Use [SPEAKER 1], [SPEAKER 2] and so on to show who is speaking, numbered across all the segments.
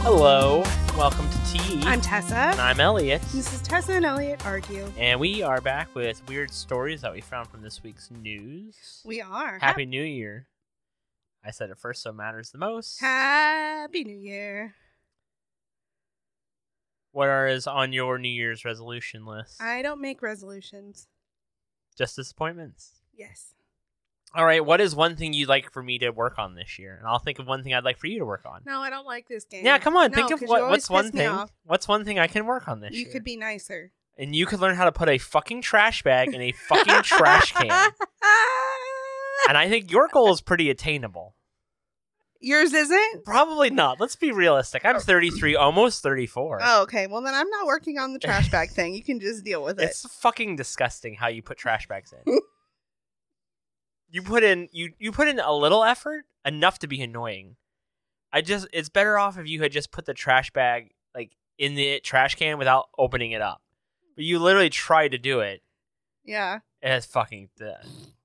[SPEAKER 1] Hello, welcome to Tea.
[SPEAKER 2] I'm Tessa.
[SPEAKER 1] and I'm Elliot,
[SPEAKER 2] This is Tessa and Elliot argue.
[SPEAKER 1] and we are back with weird stories that we found from this week's news.
[SPEAKER 2] We are
[SPEAKER 1] Happy New Year! I said it first, so it matters the most.
[SPEAKER 2] Happy New Year.
[SPEAKER 1] What are is on your New Year's resolution list?
[SPEAKER 2] I don't make resolutions.
[SPEAKER 1] Just disappointments.
[SPEAKER 2] Yes.
[SPEAKER 1] All right, what is one thing you'd like for me to work on this year? And I'll think of one thing I'd like for you to work on.
[SPEAKER 2] No, I don't like this game.
[SPEAKER 1] Yeah, come on,
[SPEAKER 2] No,
[SPEAKER 1] think
[SPEAKER 2] 'cause
[SPEAKER 1] of
[SPEAKER 2] you
[SPEAKER 1] what,
[SPEAKER 2] always
[SPEAKER 1] what's one
[SPEAKER 2] piss me
[SPEAKER 1] thing.
[SPEAKER 2] off.
[SPEAKER 1] What's one thing I can work on this
[SPEAKER 2] You
[SPEAKER 1] year?
[SPEAKER 2] could be nicer.
[SPEAKER 1] and you could learn how to put a fucking trash bag in a fucking trash can. And I think your goal is pretty attainable.
[SPEAKER 2] Yours isn't.
[SPEAKER 1] Probably not. Let's be realistic. I'm 33, almost 34.
[SPEAKER 2] Oh, okay. Well, then I'm not working on the trash bag thing. You can just deal with it.
[SPEAKER 1] it's fucking disgusting how you put trash bags in. you put in you you put in a little effort, enough to be annoying. I just it's better off if you had just put the trash bag like in the trash can without opening it up. But you literally try to do it,
[SPEAKER 2] yeah,
[SPEAKER 1] and it's fucking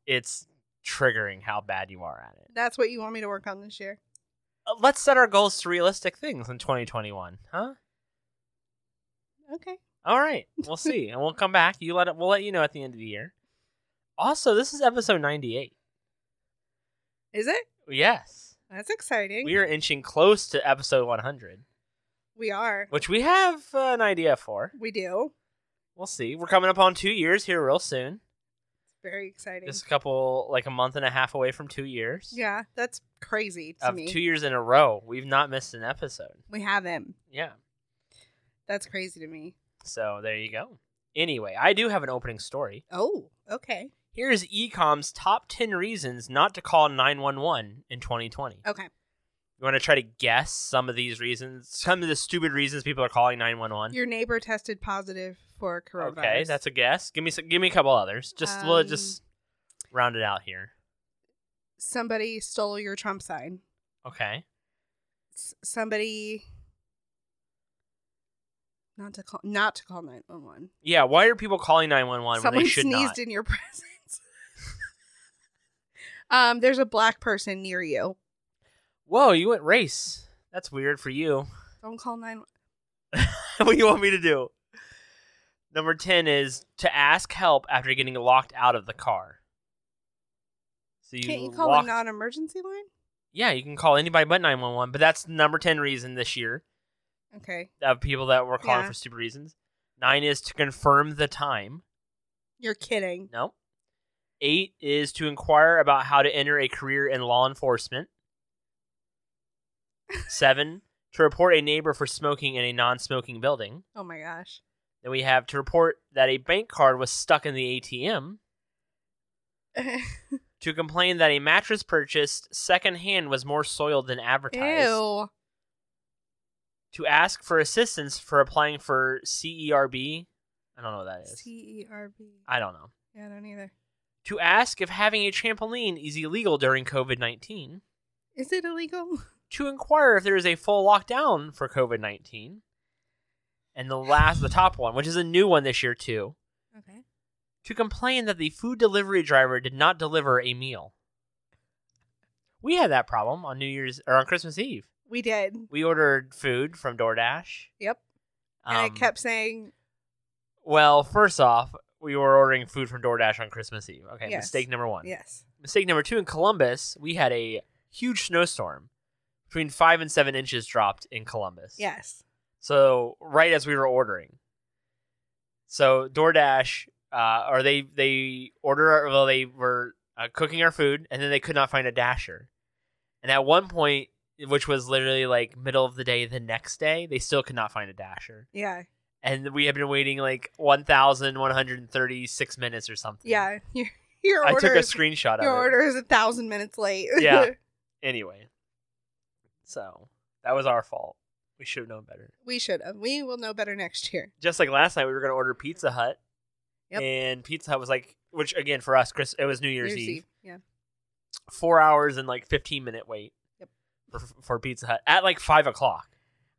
[SPEAKER 1] it's triggering how bad you are at it.
[SPEAKER 2] that's what you want me to work on this year.
[SPEAKER 1] Uh, Let's set our goals to realistic things in 2021, huh?
[SPEAKER 2] Okay.
[SPEAKER 1] All right, we'll see, and we'll come back. You let it, we'll let you know at the end of the year. Also, this is episode ninety-eight.
[SPEAKER 2] Is it?
[SPEAKER 1] Yes,
[SPEAKER 2] That's exciting.
[SPEAKER 1] we are inching close to episode one hundred,
[SPEAKER 2] We are.
[SPEAKER 1] which we have uh, an idea for.
[SPEAKER 2] We do.
[SPEAKER 1] We'll see. We're coming up on two years here real soon.
[SPEAKER 2] Very exciting.
[SPEAKER 1] Just a couple, like a month and a half away from two years.
[SPEAKER 2] Yeah, that's crazy to
[SPEAKER 1] of
[SPEAKER 2] me.
[SPEAKER 1] two years in a row, we've not missed an episode.
[SPEAKER 2] we haven't.
[SPEAKER 1] Yeah.
[SPEAKER 2] That's crazy to me.
[SPEAKER 1] So there you go. Anyway, I do have an opening story.
[SPEAKER 2] Oh, okay.
[SPEAKER 1] Here's Ecom's top 10 reasons not to call 911 in 2020.
[SPEAKER 2] Okay.
[SPEAKER 1] You want to try to guess some of these reasons, some of the stupid reasons people are calling 911?
[SPEAKER 2] Your neighbor tested positive for coronavirus.
[SPEAKER 1] Okay, that's a guess. Give me some, give me a couple others. Just
[SPEAKER 2] Um,
[SPEAKER 1] we'll just round it out here.
[SPEAKER 2] somebody stole your Trump sign.
[SPEAKER 1] Okay.
[SPEAKER 2] S- somebody not to call not to call 911.
[SPEAKER 1] Yeah, why are people calling 911 when
[SPEAKER 2] Someone
[SPEAKER 1] they should
[SPEAKER 2] sneezed
[SPEAKER 1] not?
[SPEAKER 2] in your presence. um there's a black person near you.
[SPEAKER 1] Whoa, you went race. That's weird for you.
[SPEAKER 2] Don't call 911.
[SPEAKER 1] what do you want me to do? Number 10 is to ask help after getting locked out of the car. So you
[SPEAKER 2] Can't you call
[SPEAKER 1] locked-
[SPEAKER 2] a non-emergency line?
[SPEAKER 1] yeah, you can call anybody but 911, but that's number 10 reason this year
[SPEAKER 2] Okay.
[SPEAKER 1] of people that were calling
[SPEAKER 2] Yeah.
[SPEAKER 1] for stupid reasons. Nine is to confirm the time.
[SPEAKER 2] You're kidding.
[SPEAKER 1] No. Eight is to inquire about how to enter a career in law enforcement. Seven, to report a neighbor for smoking in a non smoking building.
[SPEAKER 2] Oh my gosh.
[SPEAKER 1] Then we have to report that a bank card was stuck in the ATM. To complain that a mattress purchased secondhand was more soiled than advertised.
[SPEAKER 2] Ew.
[SPEAKER 1] to ask for assistance for applying for CERB. I don't know what that is.
[SPEAKER 2] C E R B.
[SPEAKER 1] I don't know.
[SPEAKER 2] Yeah, I don't either.
[SPEAKER 1] To ask if having a trampoline is illegal during COVID 19.
[SPEAKER 2] Is it illegal?
[SPEAKER 1] To inquire if there is a full lockdown for COVID 19. And the last, the top one, which is a new one this year too,
[SPEAKER 2] Okay.
[SPEAKER 1] to complain that the food delivery driver did not deliver a meal. We had that problem on New Year's or on Christmas Eve.
[SPEAKER 2] We did.
[SPEAKER 1] We ordered food from DoorDash.
[SPEAKER 2] Yep. and
[SPEAKER 1] um,
[SPEAKER 2] it kept saying,
[SPEAKER 1] Well, first off, we were ordering food from DoorDash on Christmas Eve. Okay,
[SPEAKER 2] Yes.
[SPEAKER 1] mistake number one.
[SPEAKER 2] yes.
[SPEAKER 1] Mistake number two in Columbus, we had a huge snowstorm. Between five and seven inches dropped in Columbus.
[SPEAKER 2] Yes.
[SPEAKER 1] So right as we were ordering. So DoorDash, uh, or they they order our- well, they were uh, cooking our food, and then they could not find a dasher. And at one point, which was literally like middle of the day, the next day, they still could not find a dasher
[SPEAKER 2] Yeah.
[SPEAKER 1] and we have been waiting like 1136 minutes or something
[SPEAKER 2] Yeah. Your, your
[SPEAKER 1] i
[SPEAKER 2] order
[SPEAKER 1] took a
[SPEAKER 2] is,
[SPEAKER 1] screenshot of
[SPEAKER 2] Your
[SPEAKER 1] it
[SPEAKER 2] order is a thousand minutes late.
[SPEAKER 1] Yeah. anyway so that was our fault we should have known better
[SPEAKER 2] we should have. We will know better next year.
[SPEAKER 1] just like last night we were going to order pizza hut
[SPEAKER 2] Yep.
[SPEAKER 1] and pizza hut was like which again for us chris it was new year's,
[SPEAKER 2] New Year's
[SPEAKER 1] eve.
[SPEAKER 2] Eve. Yeah.
[SPEAKER 1] four hours and like 15 minute wait
[SPEAKER 2] Yep.
[SPEAKER 1] for, for pizza hut at like five o'clock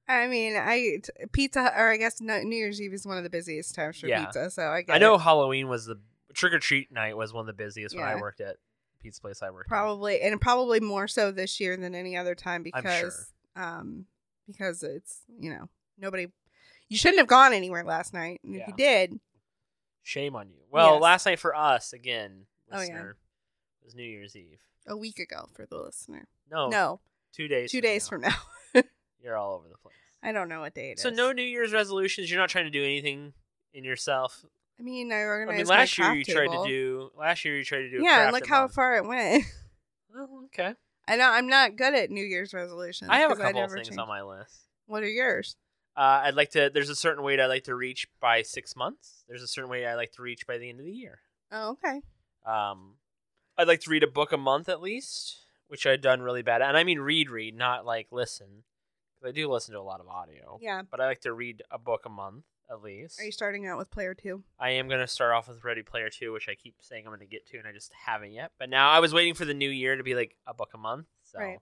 [SPEAKER 2] I mean, I t- pizza Hut- or I guess no, New Year's Eve is one of the busiest times for
[SPEAKER 1] Yeah.
[SPEAKER 2] pizza. So I get
[SPEAKER 1] i know
[SPEAKER 2] it.
[SPEAKER 1] halloween was the trick-or-treat night was one of the busiest when i
[SPEAKER 2] Yeah.
[SPEAKER 1] worked at pizza place i worked at.
[SPEAKER 2] probably and probably more so this year than any other time
[SPEAKER 1] I'm
[SPEAKER 2] because
[SPEAKER 1] sure.
[SPEAKER 2] um because it's you know nobody. You shouldn't have gone anywhere last night, and if you did,
[SPEAKER 1] Shame on you. Well,
[SPEAKER 2] Yes.
[SPEAKER 1] last night for us again,
[SPEAKER 2] Oh, yeah.
[SPEAKER 1] listener, was New Year's Eve.
[SPEAKER 2] a week ago for the listener.
[SPEAKER 1] No,
[SPEAKER 2] no,
[SPEAKER 1] two days.
[SPEAKER 2] two days
[SPEAKER 1] now.
[SPEAKER 2] from now.
[SPEAKER 1] you're all over the place.
[SPEAKER 2] I don't know what day it is.
[SPEAKER 1] So no New Year's resolutions. You're not trying to do anything in yourself.
[SPEAKER 2] I mean, I
[SPEAKER 1] I
[SPEAKER 2] organized.
[SPEAKER 1] mean,
[SPEAKER 2] my
[SPEAKER 1] last year
[SPEAKER 2] craft
[SPEAKER 1] you tried
[SPEAKER 2] table.
[SPEAKER 1] to do. Last year you tried to do. a
[SPEAKER 2] Yeah,
[SPEAKER 1] craft
[SPEAKER 2] and look
[SPEAKER 1] a
[SPEAKER 2] how
[SPEAKER 1] month.
[SPEAKER 2] far it went.
[SPEAKER 1] Well, okay.
[SPEAKER 2] I know I'm not good at New Year's resolutions.
[SPEAKER 1] I have a
[SPEAKER 2] 'cause
[SPEAKER 1] couple of
[SPEAKER 2] never
[SPEAKER 1] things
[SPEAKER 2] change-
[SPEAKER 1] on my list.
[SPEAKER 2] What are yours?
[SPEAKER 1] Uh, I'd like to. There's a certain weight I like to reach by six months. There's a certain weight I like to reach by the end of the year.
[SPEAKER 2] Oh, okay.
[SPEAKER 1] Um, I'd like to read a book a month at least, which I've done really bad at. And I mean read, read, not like listen. 'Cause I do listen to a lot of audio,
[SPEAKER 2] Yeah.
[SPEAKER 1] but I like to read a book a month at least.
[SPEAKER 2] Are you starting out with player two?
[SPEAKER 1] I am going to start off with Ready Player Two, which I keep saying I'm going to get to, and I just haven't yet. But now I was waiting for the new year to be like a book a month, so
[SPEAKER 2] Right.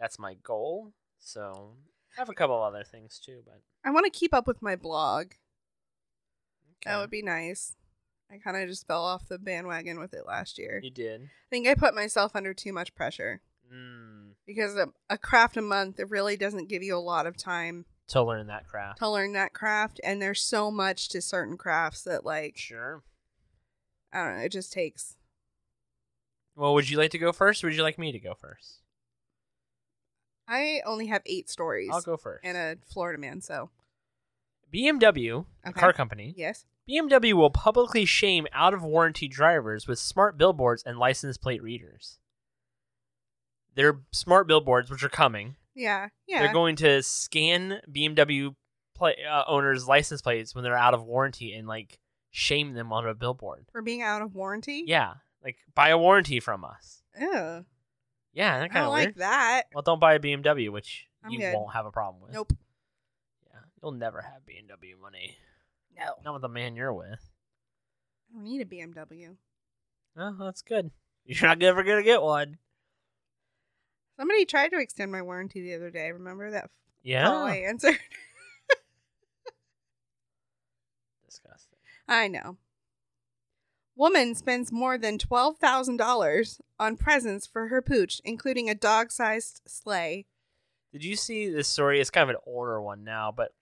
[SPEAKER 1] that's my goal. So I have a couple other things too, but
[SPEAKER 2] I want to keep up with my blog. That
[SPEAKER 1] okay.
[SPEAKER 2] would be nice. I kind of just fell off the bandwagon with it last year.
[SPEAKER 1] you did.
[SPEAKER 2] I think I put myself under too much pressure
[SPEAKER 1] Mm,
[SPEAKER 2] because a, a craft a month it really doesn't give you a lot of time
[SPEAKER 1] to learn that craft.
[SPEAKER 2] to learn that craft, and there's so much to certain crafts that like
[SPEAKER 1] Sure.
[SPEAKER 2] I don't know, it just takes.
[SPEAKER 1] Well, would you like to go first? Or would you like me to go first?
[SPEAKER 2] I only have eight stories
[SPEAKER 1] I'll go first.
[SPEAKER 2] and a Florida man, so
[SPEAKER 1] BMW, a
[SPEAKER 2] Okay.
[SPEAKER 1] car company,
[SPEAKER 2] yes.
[SPEAKER 1] BMW will publicly shame out of warranty drivers with smart billboards and license plate readers. Their smart billboards, which are coming,
[SPEAKER 2] Yeah, yeah.
[SPEAKER 1] they're going to scan BMW pla uh, owners' license plates when they're out of warranty and like shame them on a billboard.
[SPEAKER 2] for being out of warranty.
[SPEAKER 1] Yeah, like buy a warranty from us.
[SPEAKER 2] Ew,
[SPEAKER 1] Yeah, that
[SPEAKER 2] I
[SPEAKER 1] kind
[SPEAKER 2] don't
[SPEAKER 1] of
[SPEAKER 2] like
[SPEAKER 1] weird.
[SPEAKER 2] that.
[SPEAKER 1] Well, don't buy a BMW, which
[SPEAKER 2] I'm
[SPEAKER 1] you
[SPEAKER 2] good.
[SPEAKER 1] won't have a problem with.
[SPEAKER 2] Nope.
[SPEAKER 1] Yeah, you'll never have BMW money.
[SPEAKER 2] No,
[SPEAKER 1] Not with the man you're with.
[SPEAKER 2] I don't need a BMW.
[SPEAKER 1] Oh, that's good. You're not ever gonna get one.
[SPEAKER 2] Somebody tried to extend my warranty the other day. Remember that
[SPEAKER 1] Yeah.
[SPEAKER 2] call I answered?
[SPEAKER 1] Disgusting.
[SPEAKER 2] I know. Woman spends more than twelve thousand dollars on presents for her pooch, including a dog-sized sleigh.
[SPEAKER 1] Did you see this story? It's kind of an older one now, but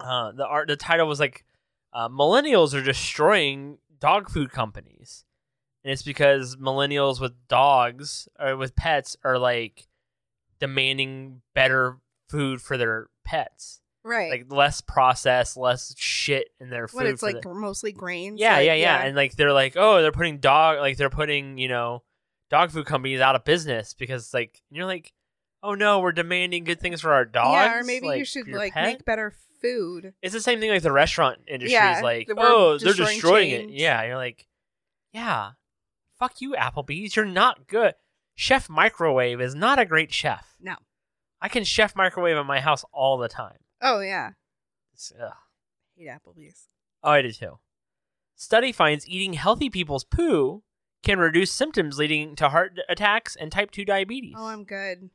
[SPEAKER 1] uh, the art, the title was like, uh, "Millennials are destroying dog food companies," and it's because millennials with dogs or with pets are like demanding better food for their pets,
[SPEAKER 2] Right.
[SPEAKER 1] like less processed, less shit in their food.
[SPEAKER 2] what it's
[SPEAKER 1] for
[SPEAKER 2] like
[SPEAKER 1] the-
[SPEAKER 2] mostly grains.
[SPEAKER 1] Yeah,
[SPEAKER 2] like,
[SPEAKER 1] yeah, yeah, And like they're like, oh, they're putting dog like they're putting, you know, dog food companies out of business because like and you're like, oh no, we're demanding good things for our dogs.
[SPEAKER 2] Yeah, or maybe you
[SPEAKER 1] like,
[SPEAKER 2] should
[SPEAKER 1] for your
[SPEAKER 2] like
[SPEAKER 1] pet.
[SPEAKER 2] make better food.
[SPEAKER 1] It's the same thing like the restaurant industry
[SPEAKER 2] Yeah,
[SPEAKER 1] is like,
[SPEAKER 2] they were
[SPEAKER 1] oh, they're
[SPEAKER 2] destroying
[SPEAKER 1] destroying it.
[SPEAKER 2] chains.
[SPEAKER 1] Yeah, you're like, yeah, fuck you, Applebee's. You're not good. Chef microwave is not a great chef.
[SPEAKER 2] No.
[SPEAKER 1] I can chef microwave at my house all the time.
[SPEAKER 2] Oh yeah,
[SPEAKER 1] It's- ugh.
[SPEAKER 2] hate Applebee's.
[SPEAKER 1] Oh, I did too. Study finds eating healthy people's poo can reduce symptoms leading to heart attacks and type 2 diabetes.
[SPEAKER 2] Oh, I'm good.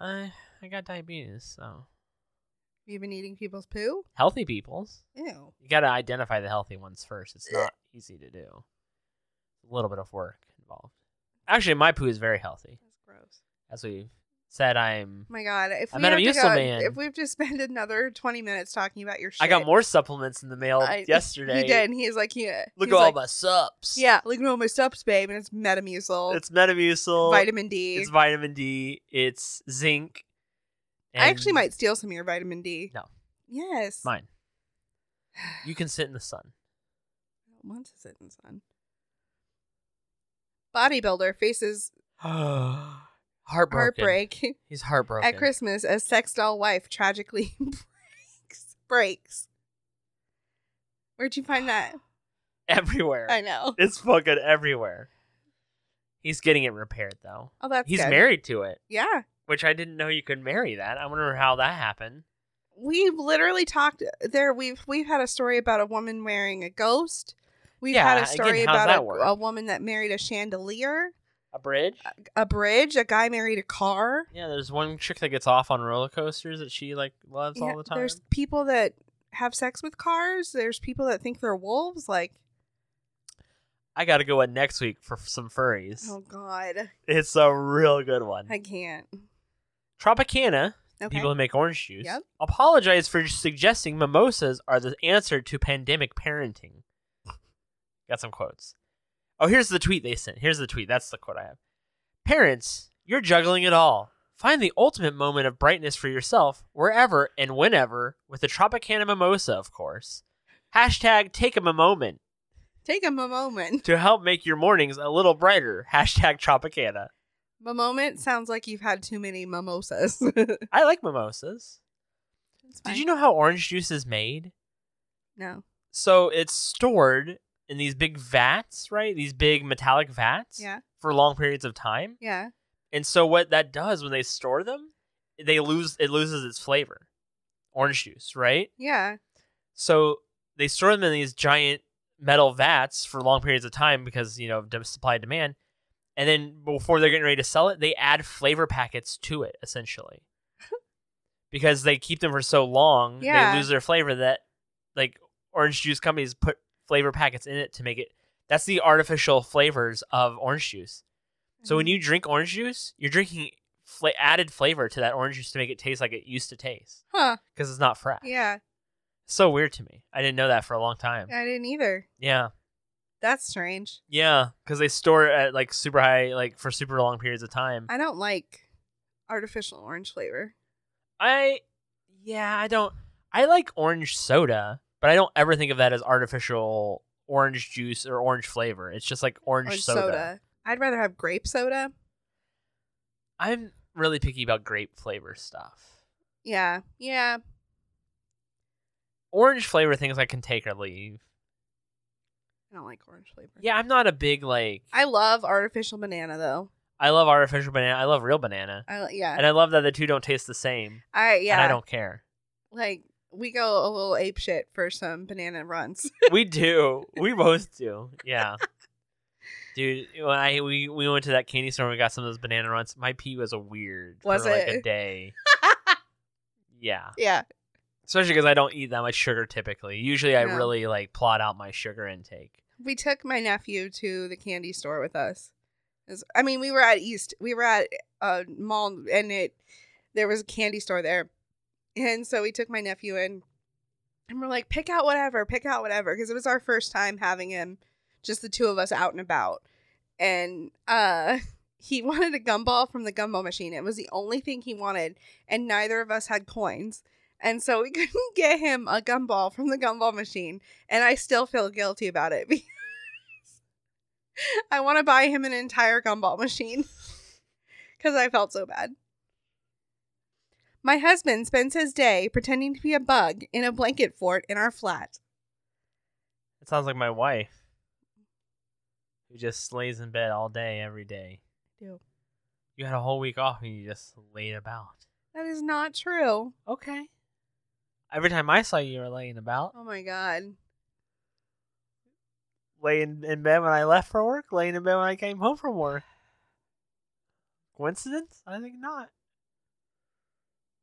[SPEAKER 1] I, I got diabetes, so.
[SPEAKER 2] You've been eating people's poo.
[SPEAKER 1] Healthy people's.
[SPEAKER 2] Ew.
[SPEAKER 1] You got to identify the healthy ones first. It's not easy to do. A little bit of work involved. Actually, my poo is very healthy.
[SPEAKER 2] That's gross.
[SPEAKER 1] As we've said, I'm.
[SPEAKER 2] Oh my god, if
[SPEAKER 1] I'm
[SPEAKER 2] we
[SPEAKER 1] not a
[SPEAKER 2] have to
[SPEAKER 1] useful
[SPEAKER 2] go,
[SPEAKER 1] man.
[SPEAKER 2] if we've to spend another twenty minutes talking about your shit,
[SPEAKER 1] I got more supplements in the mail
[SPEAKER 2] I-
[SPEAKER 1] yesterday.
[SPEAKER 2] He did. And he's like, yeah.
[SPEAKER 1] Look
[SPEAKER 2] he's
[SPEAKER 1] at all
[SPEAKER 2] like,
[SPEAKER 1] my subs.
[SPEAKER 2] Yeah, look at all my subs, babe, and it's Metamucil,
[SPEAKER 1] It's Metamucil.
[SPEAKER 2] vitamin D. I
[SPEAKER 1] It's vitamin D. It's zinc.
[SPEAKER 2] actually
[SPEAKER 1] and-
[SPEAKER 2] might steal some of your vitamin D.
[SPEAKER 1] No.
[SPEAKER 2] Yes.
[SPEAKER 1] Mine. You can sit in the sun.
[SPEAKER 2] Once is it in sun. Bodybuilder faces
[SPEAKER 1] Heartbroken.
[SPEAKER 2] heartbreak
[SPEAKER 1] He's heartbroken.
[SPEAKER 2] at Christmas as sex doll wife tragically breaks. Breaks. Where'd you find that?
[SPEAKER 1] everywhere.
[SPEAKER 2] I know.
[SPEAKER 1] It's fucking everywhere. He's getting it repaired though.
[SPEAKER 2] Oh, that's
[SPEAKER 1] He's
[SPEAKER 2] good.
[SPEAKER 1] married to it,
[SPEAKER 2] Yeah,
[SPEAKER 1] which I didn't know you could marry that. I wonder how that happened.
[SPEAKER 2] we've literally talked there. We've we've had a story about a woman wearing a ghost. We've
[SPEAKER 1] Yeah,
[SPEAKER 2] had a
[SPEAKER 1] again,
[SPEAKER 2] story
[SPEAKER 1] how's
[SPEAKER 2] about
[SPEAKER 1] that
[SPEAKER 2] a,
[SPEAKER 1] work?
[SPEAKER 2] a woman that married a chandelier.
[SPEAKER 1] A bridge?
[SPEAKER 2] a bridge. A guy married a car.
[SPEAKER 1] Yeah, there's one chick that gets off on roller coasters that she like loves
[SPEAKER 2] Yeah,
[SPEAKER 1] all the time.
[SPEAKER 2] There's people that have sex with cars. There's people that think they're wolves. Like,
[SPEAKER 1] I gotta go in next week for some furries.
[SPEAKER 2] oh god,
[SPEAKER 1] It's a real good one.
[SPEAKER 2] I can't.
[SPEAKER 1] Tropicana
[SPEAKER 2] Okay.
[SPEAKER 1] people who make orange juice,
[SPEAKER 2] Yep.
[SPEAKER 1] apologize for suggesting mimosas are the answer to pandemic parenting. Got some quotes. Oh, here's the tweet they sent. Here's the tweet. That's the quote I have. Parents, you're juggling it all. Find the ultimate moment of brightness for yourself wherever and whenever with a Tropicana mimosa, of course. Hashtag take 'em a moment
[SPEAKER 2] Take him a moment.
[SPEAKER 1] to help make your mornings a little brighter. Hashtag Tropicana.
[SPEAKER 2] A moment sounds like you've had too many mimosas.
[SPEAKER 1] I like mimosas. Did you know how orange juice is made?
[SPEAKER 2] No.
[SPEAKER 1] so it's stored in these big vats, right? These big metallic vats
[SPEAKER 2] Yeah.
[SPEAKER 1] for long periods of time.
[SPEAKER 2] Yeah.
[SPEAKER 1] And so what that does when they store them, they lose it loses its flavor. Orange juice, right?
[SPEAKER 2] Yeah.
[SPEAKER 1] So they store them in these giant metal vats for long periods of time because, you know, of dem- supply and demand. And then before they're getting ready to sell it, they add flavor packets to it essentially. because they keep them for so long,
[SPEAKER 2] Yeah.
[SPEAKER 1] they lose their flavor that like orange juice companies put flavor packets in it to make it that's the artificial flavors of orange juice. So
[SPEAKER 2] Mm-hmm.
[SPEAKER 1] when you drink orange juice, you're drinking fla- added flavor to that orange juice to make it taste like it used to taste
[SPEAKER 2] Huh.
[SPEAKER 1] because it's not fresh.
[SPEAKER 2] Yeah.
[SPEAKER 1] So weird to me. I didn't know that for a long time.
[SPEAKER 2] I didn't either.
[SPEAKER 1] Yeah.
[SPEAKER 2] That's strange.
[SPEAKER 1] Yeah. Because they store it at like super high, like for super long periods of time.
[SPEAKER 2] I don't like artificial orange flavor.
[SPEAKER 1] I, yeah, I don't, I like orange soda, but I don't ever think of that as artificial orange juice or orange flavor. It's just like orange, soda.
[SPEAKER 2] I'd rather have grape soda.
[SPEAKER 1] I'm really picky about grape flavor stuff.
[SPEAKER 2] Yeah. Yeah.
[SPEAKER 1] Orange flavor things I can take or leave.
[SPEAKER 2] I don't like orange flavor.
[SPEAKER 1] Yeah, I'm not a big like.
[SPEAKER 2] I love artificial banana though.
[SPEAKER 1] I love artificial banana. I love real banana,
[SPEAKER 2] I yeah.
[SPEAKER 1] and I love that the two don't taste the same.
[SPEAKER 2] I yeah.
[SPEAKER 1] And I don't care.
[SPEAKER 2] like we go a little ape shit for some banana runs.
[SPEAKER 1] we do. We both do. Yeah. Dude, when I we, we went to that candy store and we got some of those banana runs, my pee was a weird
[SPEAKER 2] Was
[SPEAKER 1] for like a
[SPEAKER 2] it?
[SPEAKER 1] day. yeah.
[SPEAKER 2] yeah.
[SPEAKER 1] Especially because I don't eat that much sugar typically. Usually I
[SPEAKER 2] No.
[SPEAKER 1] really like plot out my sugar intake.
[SPEAKER 2] We took my nephew to the candy store with us. It was- I mean, we were at East. We were at a mall, and it there was a candy store there, and so we took my nephew in, and we're like, pick out whatever, pick out whatever, because it was our first time having him, just the two of us out and about, and uh, he wanted a gumball from the gumball machine. It was the only thing he wanted, and neither of us had coins. And so we couldn't get him a gumball from the gumball machine. And I still feel guilty about it I want to buy him an entire gumball machine because I felt so bad. My husband spends his day pretending to be a bug in a blanket fort in our flat.
[SPEAKER 1] It sounds like my wife. Who just lays in bed all day every day.
[SPEAKER 2] Do.
[SPEAKER 1] You had a whole week off and you just laid about.
[SPEAKER 2] That is not true.
[SPEAKER 1] Okay. Every time I saw you, you were laying about.
[SPEAKER 2] Oh my god.
[SPEAKER 1] laying in bed when I left for work, laying in bed when I came home from work. Coincidence? I think not.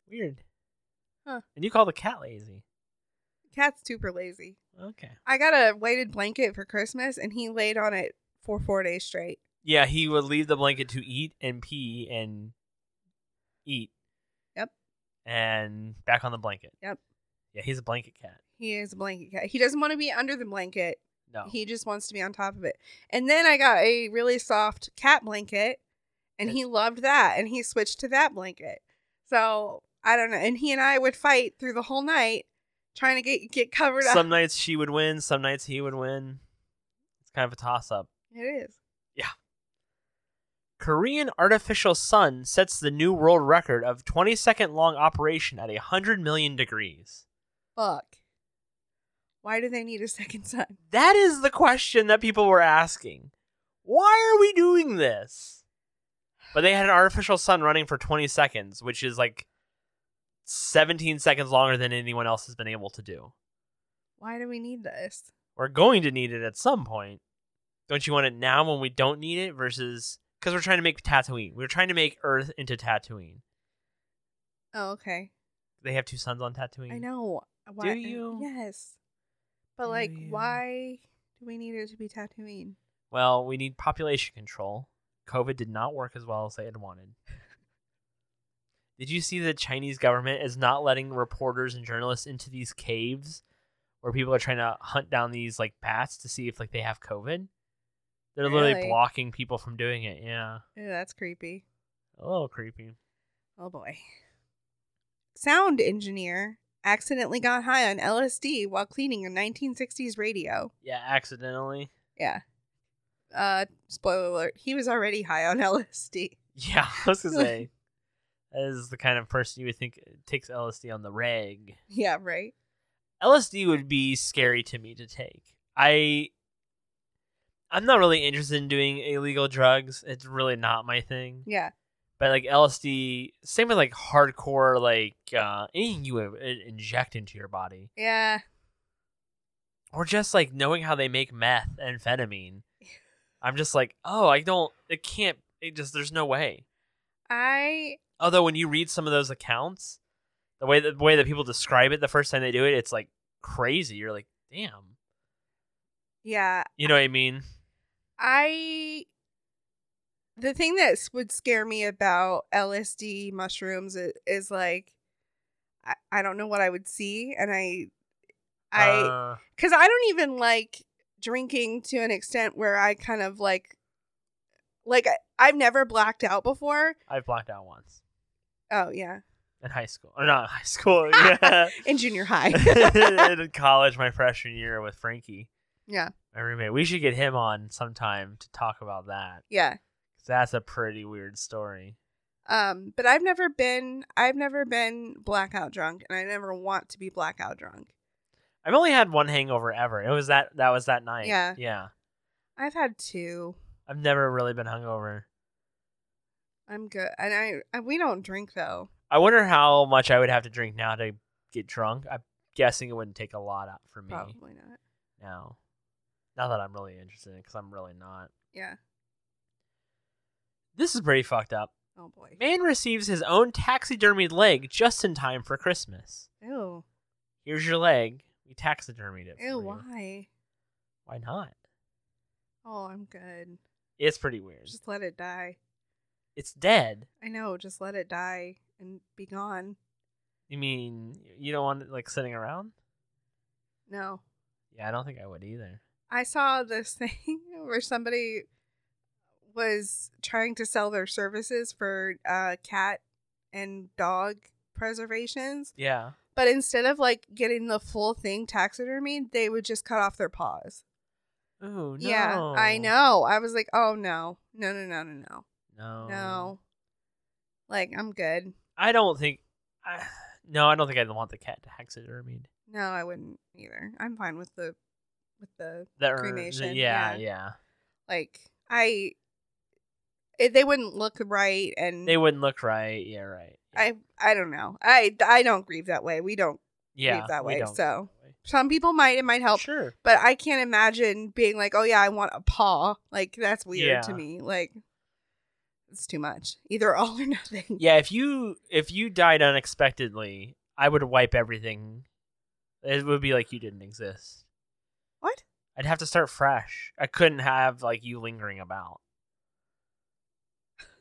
[SPEAKER 1] Weird.
[SPEAKER 2] Huh.
[SPEAKER 1] And you call the cat lazy.
[SPEAKER 2] Cat's super lazy.
[SPEAKER 1] Okay.
[SPEAKER 2] I got a weighted blanket for Christmas and he laid on it for four days straight.
[SPEAKER 1] Yeah, he would leave the blanket to eat and pee and eat.
[SPEAKER 2] Yep.
[SPEAKER 1] And back on the blanket.
[SPEAKER 2] Yep.
[SPEAKER 1] Yeah, he's a blanket cat.
[SPEAKER 2] He is a blanket cat. He doesn't want to be under the blanket.
[SPEAKER 1] No.
[SPEAKER 2] He just wants to be on top of it. And then I got a really soft cat blanket and he loved that and he switched to that blanket. So I don't know. And he and I would fight through the whole night trying to get get covered
[SPEAKER 1] some
[SPEAKER 2] up.
[SPEAKER 1] nights she would win, some nights he would win. It's kind of a toss up.
[SPEAKER 2] It is.
[SPEAKER 1] Korean artificial sun sets the new world record of 20 second long operation at 100 million degrees.
[SPEAKER 2] Fuck. Why do they need a second son?
[SPEAKER 1] That is the question that people were asking. Why are we doing this? But they had an artificial sun running for 20 seconds, which is like 17 seconds longer than anyone else has been able to do.
[SPEAKER 2] Why do we need this?
[SPEAKER 1] We're going to need it at some point. Don't you want it now when we don't need it versus because we're trying to make Tatooine. We're trying to make Earth into Tatooine.
[SPEAKER 2] Oh, okay.
[SPEAKER 1] They have two suns on Tatooine.
[SPEAKER 2] I know. Why
[SPEAKER 1] you?
[SPEAKER 2] Yes. But
[SPEAKER 1] Do
[SPEAKER 2] like
[SPEAKER 1] you?
[SPEAKER 2] why do we need it to be Tatooine?
[SPEAKER 1] Well, we need population control. COVID did not work as well as they had wanted. Did you see the Chinese government is not letting reporters and journalists into these caves where people are trying to hunt down these like bats to see if like they have COVID? They're literally
[SPEAKER 2] Really?
[SPEAKER 1] blocking people from doing it. Yeah.
[SPEAKER 2] Ew, that's creepy.
[SPEAKER 1] A little creepy.
[SPEAKER 2] Oh boy. Sound engineer accidentally got high on LSD while cleaning a 1960s radio.
[SPEAKER 1] Yeah, accidentally.
[SPEAKER 2] Yeah. Uh, spoiler alert, he was already high on LSD.
[SPEAKER 1] Yeah, I was gonna say that is the kind of person you would think takes LSD on the reg.
[SPEAKER 2] Yeah, right?
[SPEAKER 1] LSD would be scary to me to take. I I'm not really interested in doing illegal drugs. It's really not my thing.
[SPEAKER 2] Yeah.
[SPEAKER 1] But like LSD, same with like hardcore, like uh, anything you would in- inject into your body,
[SPEAKER 2] Yeah.
[SPEAKER 1] or just like knowing how they make meth and amphetamine. I'm just like, oh, I don't. It can't. It just there's no way.
[SPEAKER 2] I
[SPEAKER 1] although when you read some of those accounts, the way that the way that people describe it the first time they do it, it's like crazy. You're like, damn.
[SPEAKER 2] yeah,
[SPEAKER 1] You know what I mean?
[SPEAKER 2] I the thing that s- would scare me about LSD mushrooms is, is like I, I don't know what I would see and I I
[SPEAKER 1] Uh,
[SPEAKER 2] because I don't even like drinking to an extent where I kind of like, like I, I've never blacked out before.
[SPEAKER 1] I've blacked out once
[SPEAKER 2] Oh yeah,
[SPEAKER 1] in high school, or not in high school, yeah.
[SPEAKER 2] in junior high.
[SPEAKER 1] in college, my freshman year with Frankie,
[SPEAKER 2] yeah,
[SPEAKER 1] my roommate. We should get him on sometime to talk about that.
[SPEAKER 2] yeah.
[SPEAKER 1] 'cause That's a pretty weird story.
[SPEAKER 2] Um, but I've never been, I've never been blackout drunk, and I never want to be blackout drunk.
[SPEAKER 1] I've only had one hangover ever. It was that that was that night.
[SPEAKER 2] Yeah.
[SPEAKER 1] yeah.
[SPEAKER 2] I've had two.
[SPEAKER 1] I've never really been hungover.
[SPEAKER 2] I'm good, and I, I we don't drink though.
[SPEAKER 1] I wonder how much I would have to drink now to get drunk. I'm guessing it wouldn't take a lot out for me
[SPEAKER 2] Probably not.
[SPEAKER 1] now. Now that I'm really interested in it, because I'm really not.
[SPEAKER 2] Yeah.
[SPEAKER 1] This is pretty fucked up.
[SPEAKER 2] Oh boy.
[SPEAKER 1] Man receives his own taxidermied leg just in time for Christmas.
[SPEAKER 2] Ew.
[SPEAKER 1] Here's your leg. We taxidermied it. for
[SPEAKER 2] Ew.
[SPEAKER 1] you.
[SPEAKER 2] Why?
[SPEAKER 1] Why not?
[SPEAKER 2] Oh, I'm good.
[SPEAKER 1] It's pretty weird.
[SPEAKER 2] Just let it die.
[SPEAKER 1] It's dead.
[SPEAKER 2] I know. Just let it die and be gone.
[SPEAKER 1] You mean you don't want it like sitting around?
[SPEAKER 2] No.
[SPEAKER 1] Yeah, I don't think I would either.
[SPEAKER 2] I saw this thing where somebody was trying to sell their services for uh, cat and dog preservations,
[SPEAKER 1] Yeah.
[SPEAKER 2] but instead of like getting the full thing taxidermied, they would just cut off their paws.
[SPEAKER 1] Ooh, Oh, no.
[SPEAKER 2] Yeah, I know. I was like, oh no, no, no, no, no, no,
[SPEAKER 1] No.
[SPEAKER 2] no. Like I'm good.
[SPEAKER 1] I don't think. I, no, I don't think I'd want the cat taxidermied.
[SPEAKER 2] No, I wouldn't either. I'm fine with the with the
[SPEAKER 1] The, or-
[SPEAKER 2] Cremation,
[SPEAKER 1] yeah,
[SPEAKER 2] yeah.
[SPEAKER 1] yeah,
[SPEAKER 2] like I. It, they wouldn't look right, and
[SPEAKER 1] They wouldn't look right. Yeah, right. Yeah.
[SPEAKER 2] I I don't know. I I don't grieve that way. We don't.
[SPEAKER 1] yeah,
[SPEAKER 2] leave that
[SPEAKER 1] we
[SPEAKER 2] way,
[SPEAKER 1] don't
[SPEAKER 2] so.
[SPEAKER 1] that way.
[SPEAKER 2] Some people might. It might help,
[SPEAKER 1] Sure.
[SPEAKER 2] but I can't imagine being like, oh yeah, I want a paw. Like that's weird to
[SPEAKER 1] Yeah.
[SPEAKER 2] me. Like it's too much. Either all or nothing.
[SPEAKER 1] Yeah, if you if you died unexpectedly, I would wipe everything. It would be like you didn't exist.
[SPEAKER 2] What?
[SPEAKER 1] I'd have to start fresh. I couldn't have like you lingering about.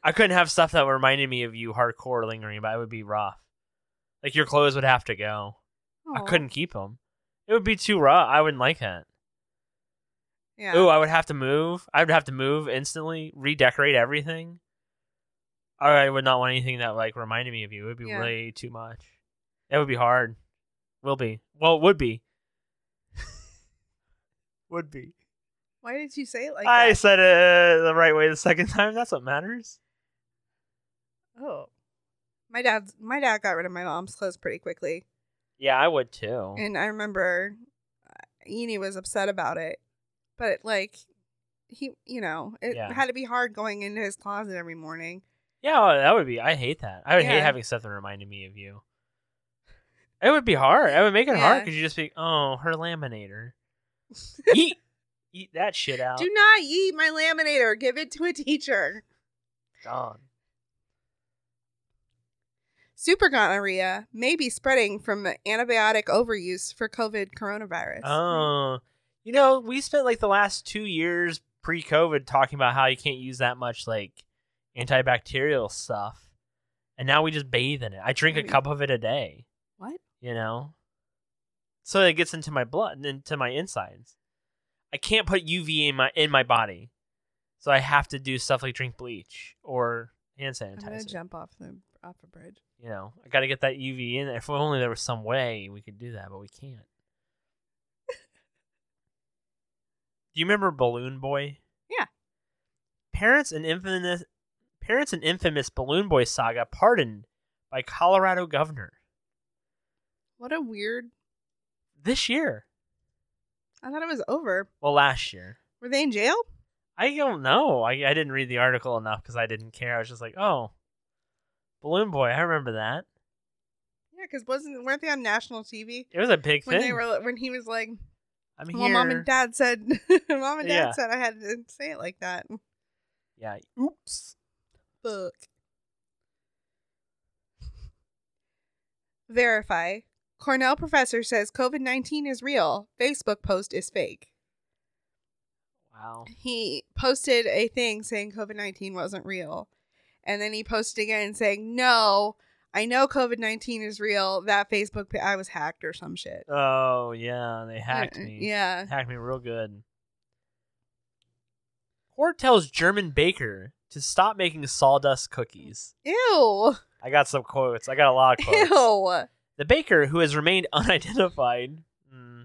[SPEAKER 1] I couldn't have stuff that reminded me of you hardcore lingering about. It would be rough. Like your clothes would have to go. I
[SPEAKER 2] Aw.
[SPEAKER 1] couldn't keep them. It would be too raw. I wouldn't like that.
[SPEAKER 2] Yeah.
[SPEAKER 1] Ooh, I would have to move. I would have to move instantly, redecorate everything. Or I would not want anything that like reminded me of you. It would be
[SPEAKER 2] Yeah.
[SPEAKER 1] way too much. That would be hard. Will be. Well, it would be. would be.
[SPEAKER 2] Why did you say it like
[SPEAKER 1] I
[SPEAKER 2] that?
[SPEAKER 1] said it the right way the second time. That's what matters.
[SPEAKER 2] Oh. My dad's my dad got rid of my mom's clothes pretty quickly,
[SPEAKER 1] Yeah, I would too.
[SPEAKER 2] and I remember uh, Eni was upset about it, but like he, you know, it
[SPEAKER 1] Yeah.
[SPEAKER 2] had to be hard going into his closet every morning.
[SPEAKER 1] Yeah, well, that would be. I hate that. I would hate
[SPEAKER 2] Yeah.
[SPEAKER 1] having stuff that reminded me of you. It would be hard. It would make it hard
[SPEAKER 2] Yeah.
[SPEAKER 1] because you just be, oh, her laminator. eat, eat that shit out.
[SPEAKER 2] Do not eat my laminator. Give it to a teacher.
[SPEAKER 1] Gone.
[SPEAKER 2] Super gonorrhea may be spreading from antibiotic overuse for COVID coronavirus.
[SPEAKER 1] Oh, you know, we spent like the last two years pre-COVID talking about how you can't use that much like antibacterial stuff, and now we just bathe in it. I drink a
[SPEAKER 2] Mm.
[SPEAKER 1] cup of it a day.
[SPEAKER 2] What?
[SPEAKER 1] You know, so it gets into my blood and into my insides. I can't put UV in my in my body, so I have to do stuff like drink bleach or hand
[SPEAKER 2] I'm gonna
[SPEAKER 1] sanitizer.
[SPEAKER 2] jump off the off a bridge.
[SPEAKER 1] You know, I got to get that UV in. If only there was some way we could do that, but we can't. do you remember Balloon Boy?
[SPEAKER 2] Yeah.
[SPEAKER 1] Parents and infamous parents and infamous Balloon Boy saga pardoned by Colorado governor
[SPEAKER 2] What a weird.
[SPEAKER 1] this year.
[SPEAKER 2] I thought it was over.
[SPEAKER 1] Well, last year.
[SPEAKER 2] Were they in jail?
[SPEAKER 1] I don't know. I, I didn't read the article enough because I didn't care. I was just like, oh, Balloon Boy. I remember that.
[SPEAKER 2] Yeah, because wasn't weren't they on national TV
[SPEAKER 1] It was a big
[SPEAKER 2] when
[SPEAKER 1] thing.
[SPEAKER 2] they were when he was like,
[SPEAKER 1] I'm
[SPEAKER 2] well,
[SPEAKER 1] here.
[SPEAKER 2] mom and dad said, mom and dad
[SPEAKER 1] Yeah.
[SPEAKER 2] said I had to say it like that.
[SPEAKER 1] Yeah. Oops.
[SPEAKER 2] Fuck. Verify. Cornell professor says COVID nineteen is real. Facebook post is fake.
[SPEAKER 1] Wow.
[SPEAKER 2] he posted a thing saying COVID 19 wasn't real. And then he posted again saying, No, I know COVID 19 is real. That Facebook, pa- I was hacked or some shit.
[SPEAKER 1] Oh yeah, they hacked
[SPEAKER 2] Uh,
[SPEAKER 1] me.
[SPEAKER 2] Yeah.
[SPEAKER 1] hacked me real good. Court tells German baker to stop making sawdust cookies.
[SPEAKER 2] Ew.
[SPEAKER 1] I got some quotes. I got a lot of quotes.
[SPEAKER 2] Ew.
[SPEAKER 1] The baker, who has remained unidentified, mm,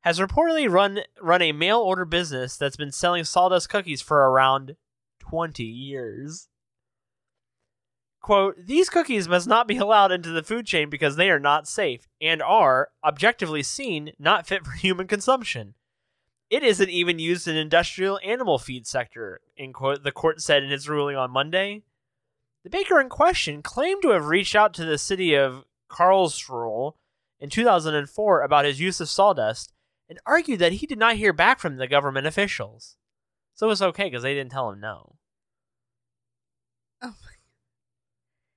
[SPEAKER 1] has reportedly run run a mail order business that's been selling sawdust cookies for around 20 years. Quote, these cookies must not be allowed into the food chain because they are not safe and are, objectively seen, not fit for human consumption. It isn't even used in industrial animal feed sector, in quote, the court said in its ruling on Monday. The baker in question claimed to have reached out to the city of Karlsruhe in 2004 about his use of sawdust and argued that he did not hear back from the government officials. So it was okay because they didn't tell him no.
[SPEAKER 2] Oh,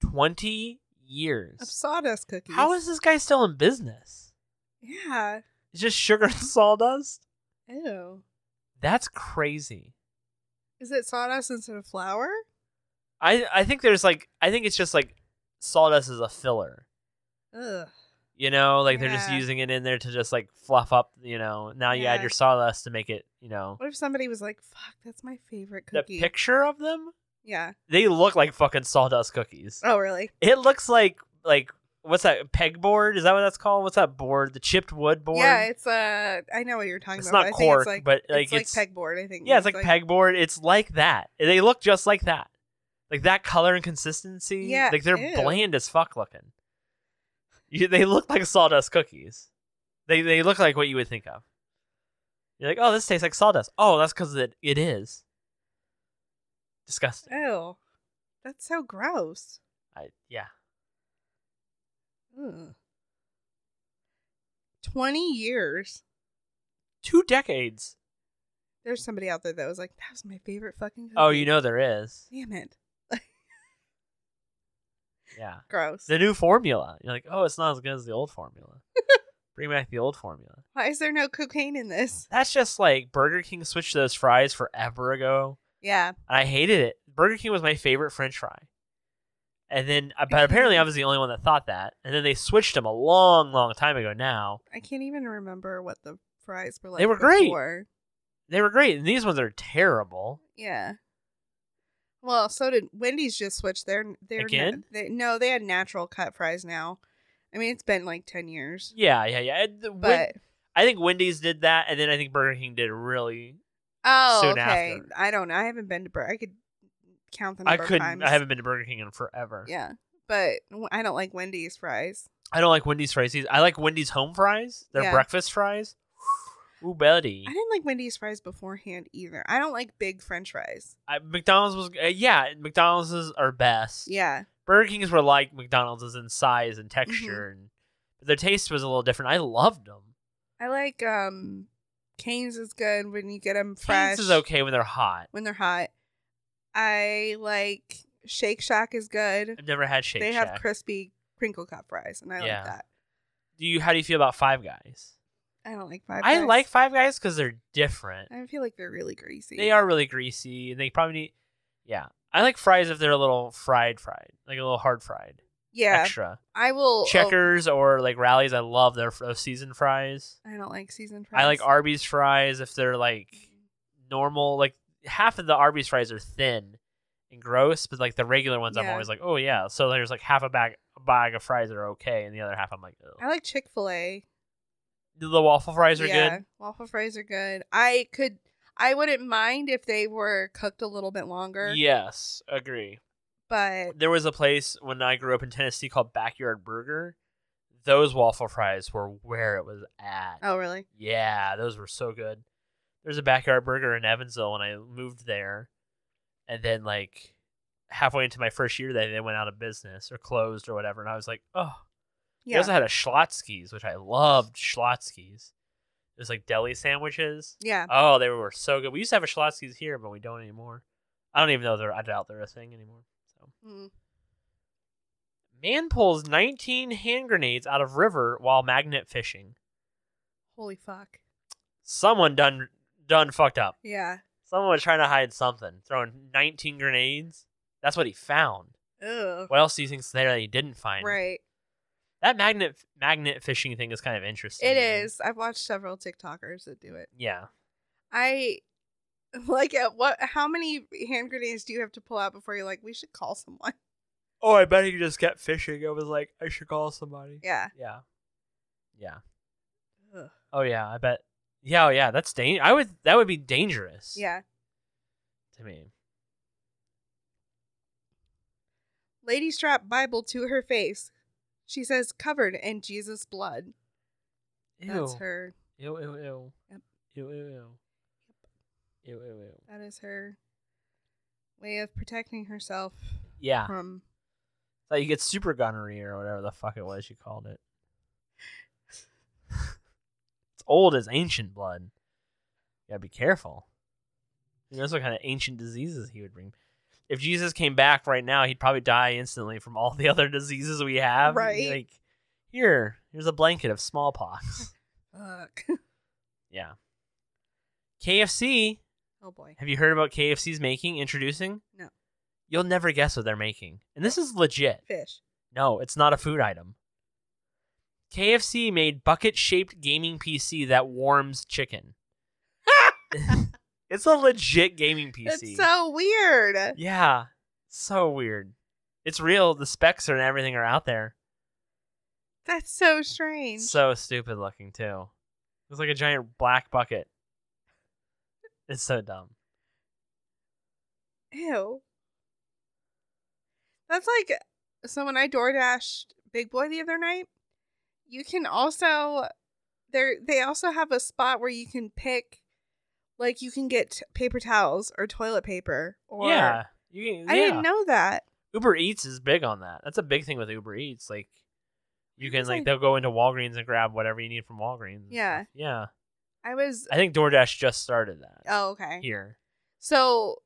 [SPEAKER 1] 20 years.
[SPEAKER 2] of sawdust cookies.
[SPEAKER 1] How is this guy still in business?
[SPEAKER 2] Yeah.
[SPEAKER 1] It's just sugar and sawdust?
[SPEAKER 2] Ew.
[SPEAKER 1] That's crazy.
[SPEAKER 2] Is it sawdust instead of flour?
[SPEAKER 1] I, I think there's like, I think it's just like sawdust is a filler.
[SPEAKER 2] Ugh.
[SPEAKER 1] You know, like they're just
[SPEAKER 2] Yeah.
[SPEAKER 1] using it in there to just like fluff up, you know. Now you add
[SPEAKER 2] Yeah.
[SPEAKER 1] your sawdust to make it, you know.
[SPEAKER 2] What if somebody was like, fuck, that's my favorite
[SPEAKER 1] The
[SPEAKER 2] cookie?
[SPEAKER 1] picture of them,
[SPEAKER 2] yeah.
[SPEAKER 1] they look like fucking sawdust cookies.
[SPEAKER 2] Oh, really?
[SPEAKER 1] It looks like like what's that pegboard? Is that what that's called? What's that board? The chipped wood board?
[SPEAKER 2] Yeah, it's, uh, I know what you're talking
[SPEAKER 1] It's
[SPEAKER 2] about.
[SPEAKER 1] not
[SPEAKER 2] I think
[SPEAKER 1] cork,
[SPEAKER 2] it's like,
[SPEAKER 1] but, like,
[SPEAKER 2] it's, like
[SPEAKER 1] it's-
[SPEAKER 2] pegboard, I think.
[SPEAKER 1] Yeah, it's like, pegboard. It's like that. They look just like that. Like that color and consistency.
[SPEAKER 2] Yeah,
[SPEAKER 1] Like they're
[SPEAKER 2] ew.
[SPEAKER 1] bland as fuck looking. You, they look like sawdust cookies. They they look like what you would think of. You're like, oh, this tastes like sawdust. Oh, that's because it, it is. Disgusting.
[SPEAKER 2] Ew. That's so gross.
[SPEAKER 1] I, yeah.
[SPEAKER 2] Ugh. 20 years.
[SPEAKER 1] Two decades.
[SPEAKER 2] There's somebody out there that was like, that was my favorite fucking
[SPEAKER 1] Oh,
[SPEAKER 2] cookie."
[SPEAKER 1] you know there is.
[SPEAKER 2] Damn it.
[SPEAKER 1] Yeah.
[SPEAKER 2] Gross.
[SPEAKER 1] The new formula. You're like, oh, it's not as good as the old formula. Bring back the old formula.
[SPEAKER 2] Why is there no cocaine in this?
[SPEAKER 1] That's just like Burger King switched to those fries forever ago.
[SPEAKER 2] Yeah.
[SPEAKER 1] and I hated it. Burger King was my favorite French fry, and then uh, but apparently I was the only one that thought that. And then they switched them a long, long time ago. Now
[SPEAKER 2] I can't even remember what the fries were like.
[SPEAKER 1] were great.
[SPEAKER 2] before.
[SPEAKER 1] they were great, and these ones are terrible.
[SPEAKER 2] Yeah. Well, so did Wendy's just switched their their na-
[SPEAKER 1] Again?
[SPEAKER 2] they, no, they had natural cut fries now. I mean, it's been like 10 years.
[SPEAKER 1] Yeah, yeah, yeah. And the Wen-
[SPEAKER 2] But
[SPEAKER 1] I think Wendy's did that, and then I think Burger King did really.
[SPEAKER 2] oh,
[SPEAKER 1] soon
[SPEAKER 2] okay.
[SPEAKER 1] after.
[SPEAKER 2] I don't know. I haven't been to Bur- I could count the
[SPEAKER 1] I
[SPEAKER 2] number of
[SPEAKER 1] couldn't.
[SPEAKER 2] times.
[SPEAKER 1] I haven't been to Burger King in forever.
[SPEAKER 2] Yeah, but w- I don't like Wendy's fries.
[SPEAKER 1] I don't like Wendy's fries. either. I like Wendy's home fries. Their
[SPEAKER 2] Yeah.
[SPEAKER 1] breakfast fries. Ooh, buddy.
[SPEAKER 2] I didn't like Wendy's fries beforehand either. I don't like big French fries.
[SPEAKER 1] I, McDonald's was uh, yeah. McDonald's are best.
[SPEAKER 2] Yeah,
[SPEAKER 1] Burger King's were like McDonald's is in size and
[SPEAKER 2] Mm-hmm.
[SPEAKER 1] texture, and but their taste was a little different. I loved them.
[SPEAKER 2] I like um, Canes is good when you get them fresh.
[SPEAKER 1] Cane's is okay when they're hot.
[SPEAKER 2] when they're hot. I like Shake Shack is good.
[SPEAKER 1] I've never had Shake
[SPEAKER 2] they
[SPEAKER 1] Shack.
[SPEAKER 2] have crispy crinkle cut fries, and I
[SPEAKER 1] Yeah.
[SPEAKER 2] like that.
[SPEAKER 1] do you? How do you feel about Five Guys?
[SPEAKER 2] I don't like five.
[SPEAKER 1] I
[SPEAKER 2] Guys.
[SPEAKER 1] like Five Guys because they're different.
[SPEAKER 2] I feel like they're really greasy.
[SPEAKER 1] They are really greasy, and they probably need. Yeah, I like fries if they're a little fried, fried, like a little hard fried,
[SPEAKER 2] Yeah, oh.
[SPEAKER 1] extra.
[SPEAKER 2] I will.
[SPEAKER 1] Checkers or like rallies, I love their those seasoned fries.
[SPEAKER 2] Oh, I don't like seasoned fries.
[SPEAKER 1] I like Arby's fries if they're like normal. Like half of the Arby's fries are thin and gross, but like the regular ones, I'm
[SPEAKER 2] Yeah.
[SPEAKER 1] always like, oh yeah. So there's like half a bag a bag of fries that are okay, and the other half I'm like, Ugh.
[SPEAKER 2] I like Chick Fil A.
[SPEAKER 1] the waffle fries are
[SPEAKER 2] yeah,
[SPEAKER 1] good.
[SPEAKER 2] waffle fries are good. I could. I wouldn't mind if they were cooked a little bit longer.
[SPEAKER 1] Yes, agree.
[SPEAKER 2] But
[SPEAKER 1] There was a place when I grew up in Tennessee called Backyard Burger. Those waffle fries were where it was at.
[SPEAKER 2] oh, really?
[SPEAKER 1] Yeah, those were so good. There's a backyard burger in Evansville when I moved there. And then like halfway into my first year there, they went out of business or closed or whatever. And I was like, oh. They
[SPEAKER 2] Yeah.
[SPEAKER 1] also had a Schlotzky's, which I loved Schlotzky's. It was like deli sandwiches.
[SPEAKER 2] yeah.
[SPEAKER 1] Oh, they were so good. We used to have a Schlotzky's here, but we don't anymore. I don't even know if they're I doubt they're a thing anymore. So
[SPEAKER 2] Mm.
[SPEAKER 1] Man pulls nineteen hand grenades out of river while magnet fishing.
[SPEAKER 2] Holy fuck.
[SPEAKER 1] Someone done done fucked up.
[SPEAKER 2] Yeah.
[SPEAKER 1] Someone was trying to hide something, throwing 19 grenades. That's what he found.
[SPEAKER 2] Ugh.
[SPEAKER 1] What else do you think's there that he didn't find?
[SPEAKER 2] Right.
[SPEAKER 1] That magnet magnet fishing thing is kind of interesting.
[SPEAKER 2] It is. I've watched several TikTokers that do it.
[SPEAKER 1] Yeah.
[SPEAKER 2] I like at what? How many hand grenades do you have to pull out before you're like, we should call someone?
[SPEAKER 1] Oh, I bet he just kept fishing. I was like, I should call somebody.
[SPEAKER 2] Yeah.
[SPEAKER 1] Yeah. Yeah.
[SPEAKER 2] Ugh.
[SPEAKER 1] Oh yeah, I bet. Yeah, oh yeah, that's dang. I would. That would be dangerous.
[SPEAKER 2] Yeah.
[SPEAKER 1] To me.
[SPEAKER 2] Lady strapped Bible to her face. She says, covered in Jesus' blood.
[SPEAKER 1] Ew.
[SPEAKER 2] That's her.
[SPEAKER 1] Ew. Ew. Ew.
[SPEAKER 2] Yep.
[SPEAKER 1] Ew. Ew. Ew. Ew. Ew. Ew.
[SPEAKER 2] That is her way of protecting herself
[SPEAKER 1] Yeah.
[SPEAKER 2] from.
[SPEAKER 1] Like you get super gonorrhea or whatever the fuck it was you called it. it's old as ancient blood. You gotta be careful. Who knows what kind of ancient diseases he would bring. If Jesus came back right now, he'd probably die instantly from all the other diseases we have. He'd be
[SPEAKER 2] Right.
[SPEAKER 1] Like, here, here's a blanket of smallpox.
[SPEAKER 2] Fuck.
[SPEAKER 1] yeah. KFC.
[SPEAKER 2] Oh boy.
[SPEAKER 1] Have you heard about KFC's making, introducing?
[SPEAKER 2] No.
[SPEAKER 1] You'll never guess what they're making. And this is legit.
[SPEAKER 2] Fish.
[SPEAKER 1] No, it's not a food item. KFC made bucket shaped gaming PC that warms chicken. it's a legit gaming PC.
[SPEAKER 2] It's so weird.
[SPEAKER 1] yeah. So weird. It's real. The specs are and everything are out there.
[SPEAKER 2] That's so strange.
[SPEAKER 1] So stupid looking too. It's like a giant black bucket. It's so dumb.
[SPEAKER 2] Ew. That's like so when I door dashed Big Boy the other night, you can also there they also have a spot where you can pick like you can get paper towels or toilet paper or
[SPEAKER 1] yeah. You can, yeah.
[SPEAKER 2] I didn't know that.
[SPEAKER 1] Uber Eats is big on that. That's a big thing with Uber Eats. Like you can
[SPEAKER 2] It's
[SPEAKER 1] like
[SPEAKER 2] like-
[SPEAKER 1] they'll go into Walgreens and grab whatever you need from Walgreens. and
[SPEAKER 2] Yeah.
[SPEAKER 1] stuff. Yeah.
[SPEAKER 2] I was
[SPEAKER 1] I think DoorDash just started that
[SPEAKER 2] Oh, okay.
[SPEAKER 1] here.
[SPEAKER 2] So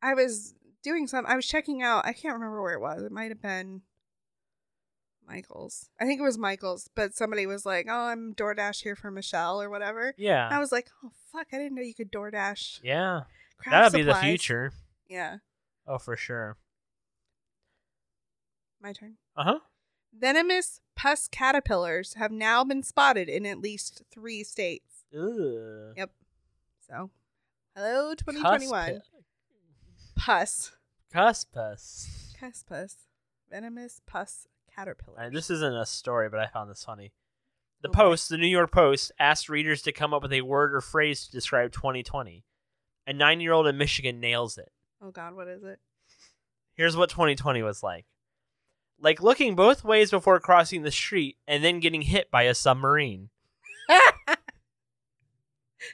[SPEAKER 2] I was doing some I was checking out I can't remember where it was. It might have been Michael's. I think it was Michael's, but somebody was like, Oh, I'm DoorDash here for Michelle or whatever.
[SPEAKER 1] Yeah.
[SPEAKER 2] I was like, oh fuck, I didn't know you could DoorDash.
[SPEAKER 1] yeah.
[SPEAKER 2] Craft
[SPEAKER 1] That'll be the
[SPEAKER 2] supplies.
[SPEAKER 1] future.
[SPEAKER 2] Yeah,
[SPEAKER 1] Oh, for sure.
[SPEAKER 2] my turn.
[SPEAKER 1] Uh huh.
[SPEAKER 2] Venomous pus caterpillars have now been spotted in at least three states.
[SPEAKER 1] Ew.
[SPEAKER 2] Yep. So, hello
[SPEAKER 1] Cusp-
[SPEAKER 2] 2021. Pus.
[SPEAKER 1] Cuspus.
[SPEAKER 2] Cuspus. Venomous pus caterpillars.
[SPEAKER 1] Alright, this isn't a story, but I found this funny. The
[SPEAKER 2] Okay.
[SPEAKER 1] Post, the New York Post, asked readers to come up with a word or phrase to describe 2020. A nine year old in Michigan nails it.
[SPEAKER 2] oh god, what is it?
[SPEAKER 1] Here's what 2020 was like like looking both ways before crossing the street and then getting hit by a submarine.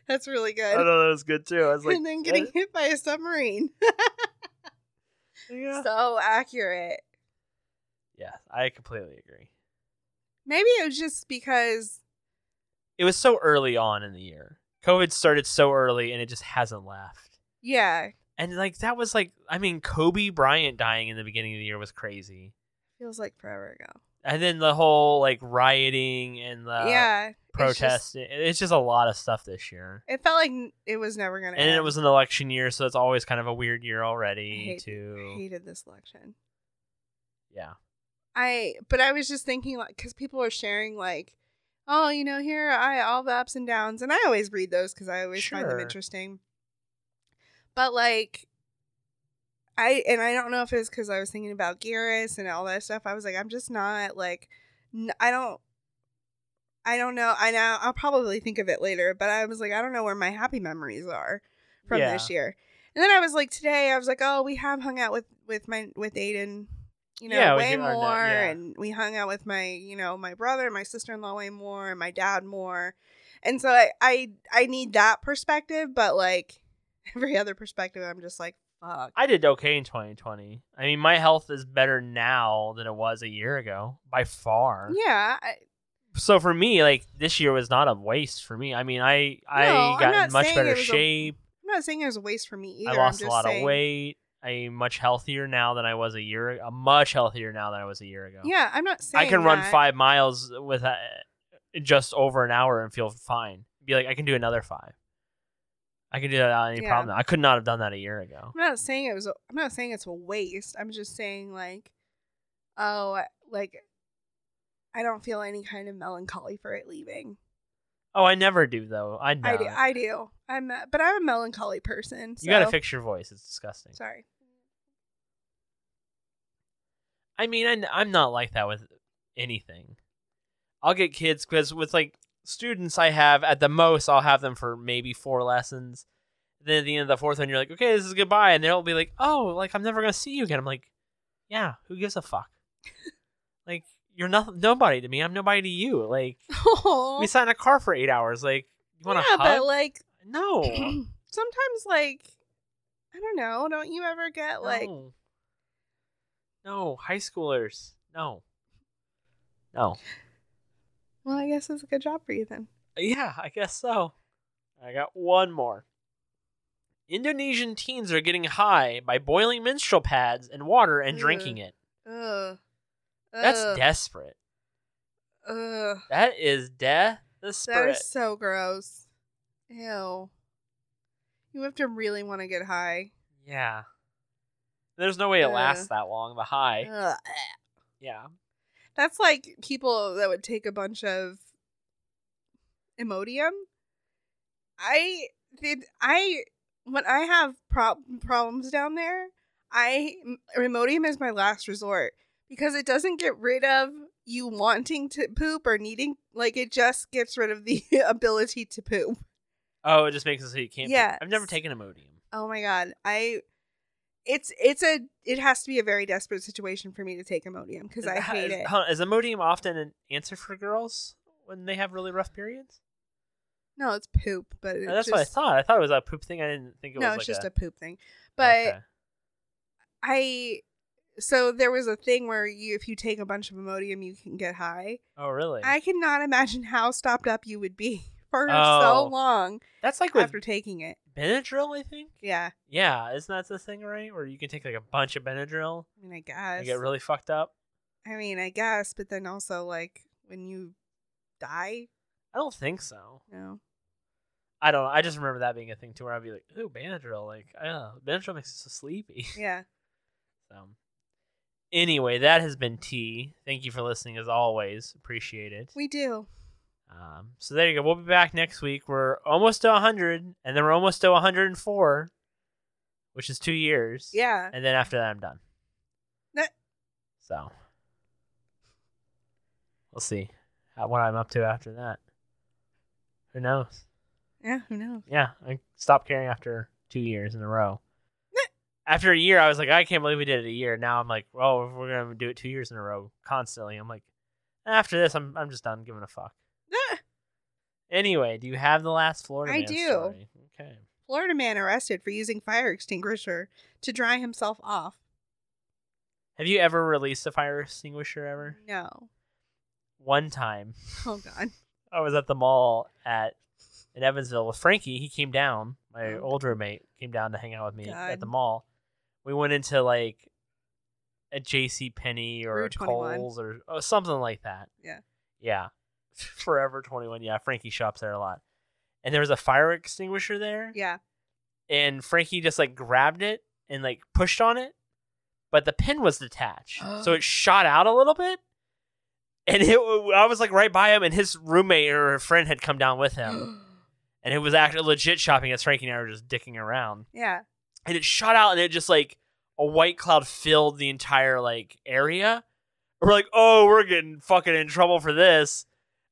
[SPEAKER 2] That's really
[SPEAKER 1] I thought
[SPEAKER 2] good.
[SPEAKER 1] that was good too. I was like,
[SPEAKER 2] and then getting hit by a submarine.
[SPEAKER 1] yeah.
[SPEAKER 2] So accurate.
[SPEAKER 1] yeah, I completely agree.
[SPEAKER 2] Maybe it was just because
[SPEAKER 1] it was so early on in the year. COVID started so early and it just hasn't left.
[SPEAKER 2] yeah,
[SPEAKER 1] And like that was like I mean Kobe Bryant dying in the beginning of the year was crazy.
[SPEAKER 2] feels like forever ago.
[SPEAKER 1] and then the whole like rioting and the
[SPEAKER 2] yeah, it's just-
[SPEAKER 1] protesting. It's just, a lot of stuff this year.
[SPEAKER 2] it felt like n- it was never gonna.
[SPEAKER 1] And
[SPEAKER 2] end.
[SPEAKER 1] it was an election year, so it's always kind of a weird year already.
[SPEAKER 2] hate-
[SPEAKER 1] too.
[SPEAKER 2] hated this election.
[SPEAKER 1] Yeah.
[SPEAKER 2] I but I was just thinking like because people are sharing like, oh, you know, here I all the ups and downs, and I always read those because I always find them
[SPEAKER 1] Sure.
[SPEAKER 2] interesting. But like, I and I don't know if it was because I was thinking about Garrus and all that stuff. I was like, I'm just not like, n- I don't. I don't know. I know I'll probably think of it later, but I was like, I don't know where my happy memories are from
[SPEAKER 1] Yeah.
[SPEAKER 2] this year. And then I was like, today I was like, oh, we have hung out with with my with Aiden, you know,
[SPEAKER 1] Yeah, we
[SPEAKER 2] way
[SPEAKER 1] do- or no,
[SPEAKER 2] more,
[SPEAKER 1] yeah.
[SPEAKER 2] and we hung out with my you know my brother, my sister in law way more, and my dad more. And so I, I I need that perspective, but like every other perspective, I'm just like, fuck.
[SPEAKER 1] I did okay in 2020. I mean, my health is better now than it was a year ago by far.
[SPEAKER 2] Yeah, I,
[SPEAKER 1] So for me, like this year was not a waste for me. I mean, I
[SPEAKER 2] No,
[SPEAKER 1] I
[SPEAKER 2] I'm
[SPEAKER 1] got
[SPEAKER 2] not
[SPEAKER 1] in much
[SPEAKER 2] saying
[SPEAKER 1] better
[SPEAKER 2] it was a-
[SPEAKER 1] shape.
[SPEAKER 2] I'm not saying it was a waste for me either.
[SPEAKER 1] I
[SPEAKER 2] am
[SPEAKER 1] lost a
[SPEAKER 2] just
[SPEAKER 1] lot
[SPEAKER 2] saying,
[SPEAKER 1] of weight. I'm much healthier now than I was a year. I'm much healthier now than I was a year ago.
[SPEAKER 2] Yeah, I'm not saying
[SPEAKER 1] I can run
[SPEAKER 2] that.
[SPEAKER 1] five miles with uh, just over an hour and feel fine. Be like, I can do another five. I can do that without any
[SPEAKER 2] Yeah.
[SPEAKER 1] problem. I could not have done that a year ago.
[SPEAKER 2] I'm not saying it was. A, I'm not saying it's a waste. I'm just saying like, oh, like, I don't feel any kind of melancholy for it leaving.
[SPEAKER 1] Oh, I never do though. I know.
[SPEAKER 2] I do. I do. I'm, a, but I'm a melancholy person. So.
[SPEAKER 1] you gotta fix your voice. It's disgusting.
[SPEAKER 2] Sorry.
[SPEAKER 1] I mean, I, I'm not like that with anything. I'll get kids because with like students I have at the most, I'll have them for maybe four lessons. Then at the end of the fourth one, you're like, okay, this is goodbye, and they'll be like, oh, like I'm never gonna see you again. I'm like, yeah, who gives a fuck? like you're nothing, nobody to me. I'm nobody to you. Like we sat in a car for eight hours. Like you want to
[SPEAKER 2] Oh, yeah,
[SPEAKER 1] hug?
[SPEAKER 2] but like
[SPEAKER 1] no.
[SPEAKER 2] sometimes, like I don't know. Don't you ever get like?
[SPEAKER 1] no. No, high schoolers. No. No.
[SPEAKER 2] Well, I guess it's a good job for you then.
[SPEAKER 1] Yeah, I guess so. I got one more. Indonesian teens are getting high by boiling menstrual pads in water and drinking it.
[SPEAKER 2] Ugh.
[SPEAKER 1] That's
[SPEAKER 2] Mm. Ugh.
[SPEAKER 1] desperate.
[SPEAKER 2] Ugh.
[SPEAKER 1] That is
[SPEAKER 2] That
[SPEAKER 1] desperate.
[SPEAKER 2] is so gross. Ew. You have to really want to get high.
[SPEAKER 1] Yeah. There's no way it
[SPEAKER 2] Ugh.
[SPEAKER 1] lasts that long, the high.
[SPEAKER 2] Ugh.
[SPEAKER 1] Yeah.
[SPEAKER 2] That's like people that would take a bunch of Imodium. I did. I when I have prob- problems down there, I Imodium is my last resort because it doesn't get rid of you wanting to poop or needing. Like it just gets rid of the ability to poop.
[SPEAKER 1] Oh, it just makes it so you can't. poop. I've never
[SPEAKER 2] Yes.
[SPEAKER 1] taken Imodium.
[SPEAKER 2] Oh my god. I it's it's a it has to be a very desperate situation for me to take Imodium because I
[SPEAKER 1] Is-
[SPEAKER 2] hate
[SPEAKER 1] is,
[SPEAKER 2] it.
[SPEAKER 1] hold on, is Imodium often an answer for girls when they have really rough periods?
[SPEAKER 2] No, it's poop, but it's
[SPEAKER 1] Oh, that's
[SPEAKER 2] just,
[SPEAKER 1] what I thought. I thought it was a poop thing. I didn't think it
[SPEAKER 2] No,
[SPEAKER 1] was.
[SPEAKER 2] it's
[SPEAKER 1] like
[SPEAKER 2] just
[SPEAKER 1] a,
[SPEAKER 2] a poop thing. But
[SPEAKER 1] okay.
[SPEAKER 2] I so there was a thing where you if you take a bunch of Imodium you can get high.
[SPEAKER 1] oh really?
[SPEAKER 2] I cannot imagine how stopped up you would be for
[SPEAKER 1] Oh.
[SPEAKER 2] so long
[SPEAKER 1] That's like with
[SPEAKER 2] after taking it.
[SPEAKER 1] Benadryl, I think.
[SPEAKER 2] Yeah.
[SPEAKER 1] Yeah, isn't that the thing, right? Where you can take like a bunch of Benadryl
[SPEAKER 2] I mean I
[SPEAKER 1] and
[SPEAKER 2] guess.
[SPEAKER 1] get really fucked up.
[SPEAKER 2] I mean I guess, but then also like when you die,
[SPEAKER 1] I don't think so.
[SPEAKER 2] no.
[SPEAKER 1] I don't know. I just remember that being a thing too, where I'd be like, "Ooh, Benadryl!" Like, oh, Benadryl makes us so sleepy.
[SPEAKER 2] Yeah.
[SPEAKER 1] so, anyway, that has been tea. Thank you for listening, as always. Appreciate it.
[SPEAKER 2] We do.
[SPEAKER 1] Um, so there you go. We'll be back next week. We're almost to 100, and then we're almost to 104, which is two years.
[SPEAKER 2] Yeah.
[SPEAKER 1] And then after that, I'm done.
[SPEAKER 2] That-
[SPEAKER 1] So we'll see how, what I'm up to after that. Who knows?
[SPEAKER 2] Yeah, who knows?
[SPEAKER 1] Yeah, I stopped caring after two years in a row. after a year, I was like, I can't believe we did it a year. Now I'm like, well, if we're gonna do it two years in a row constantly. I'm like, after this, I'm I'm just done giving a fuck.
[SPEAKER 2] Ah,
[SPEAKER 1] Anyway, do you have the last Florida?
[SPEAKER 2] I
[SPEAKER 1] man
[SPEAKER 2] do.
[SPEAKER 1] story? Okay.
[SPEAKER 2] Florida man arrested for using fire extinguisher to dry himself off.
[SPEAKER 1] Have you ever released a fire extinguisher ever?
[SPEAKER 2] No.
[SPEAKER 1] One time.
[SPEAKER 2] Oh God.
[SPEAKER 1] I was at the mall at in Evansville with Frankie. He came down. My
[SPEAKER 2] Oh.
[SPEAKER 1] old roommate came down to hang out with me at
[SPEAKER 2] God.
[SPEAKER 1] the mall. We went into like at J.C. Penney or
[SPEAKER 2] Rue 21.
[SPEAKER 1] Kohl's or, or something like that.
[SPEAKER 2] Yeah.
[SPEAKER 1] yeah, Forever Twenty One. Yeah, Frankie shops there a lot, and there was a fire extinguisher there.
[SPEAKER 2] Yeah.
[SPEAKER 1] and Frankie just like grabbed it and like pushed on it, but the pin was detached, so it shot out a little bit. And it, wa- I was like right by him, and his roommate or friend had come down with him, and it was actually legit shopping as Frankie and I were just dicking around,
[SPEAKER 2] yeah.
[SPEAKER 1] and it shot out, and it just like a white cloud filled the entire like area. We're like, oh, we're getting fucking in trouble for this,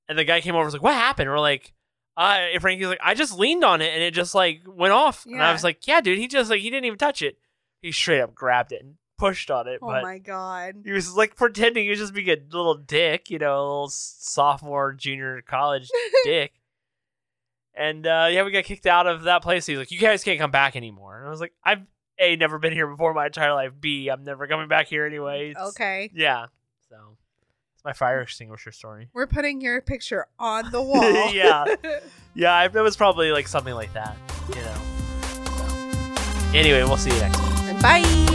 [SPEAKER 1] and the guy came over, was like, what happened? We're like. Uh, and Frankie's like, I just leaned on it and it just like went off. And I
[SPEAKER 2] Yeah.
[SPEAKER 1] was like, yeah, dude, he just like, he didn't even touch it. He straight up grabbed it and pushed on it.
[SPEAKER 2] Oh
[SPEAKER 1] but
[SPEAKER 2] my god.
[SPEAKER 1] he was like pretending he was just being a little dick, you know, a little s- sophomore, junior college dick. And uh, yeah, we got kicked out of that place. He's like, "You guys can't come back anymore." And I was like, "I've a never been here before in my entire life. B, I'm never coming back here anyways."
[SPEAKER 2] Okay.
[SPEAKER 1] Yeah. So it's my fire extinguisher story.
[SPEAKER 2] We're putting your picture on the wall.
[SPEAKER 1] Yeah. Yeah, I, it was probably like something like that. You know. So. Anyway, we'll see you next. time.
[SPEAKER 2] And Bye.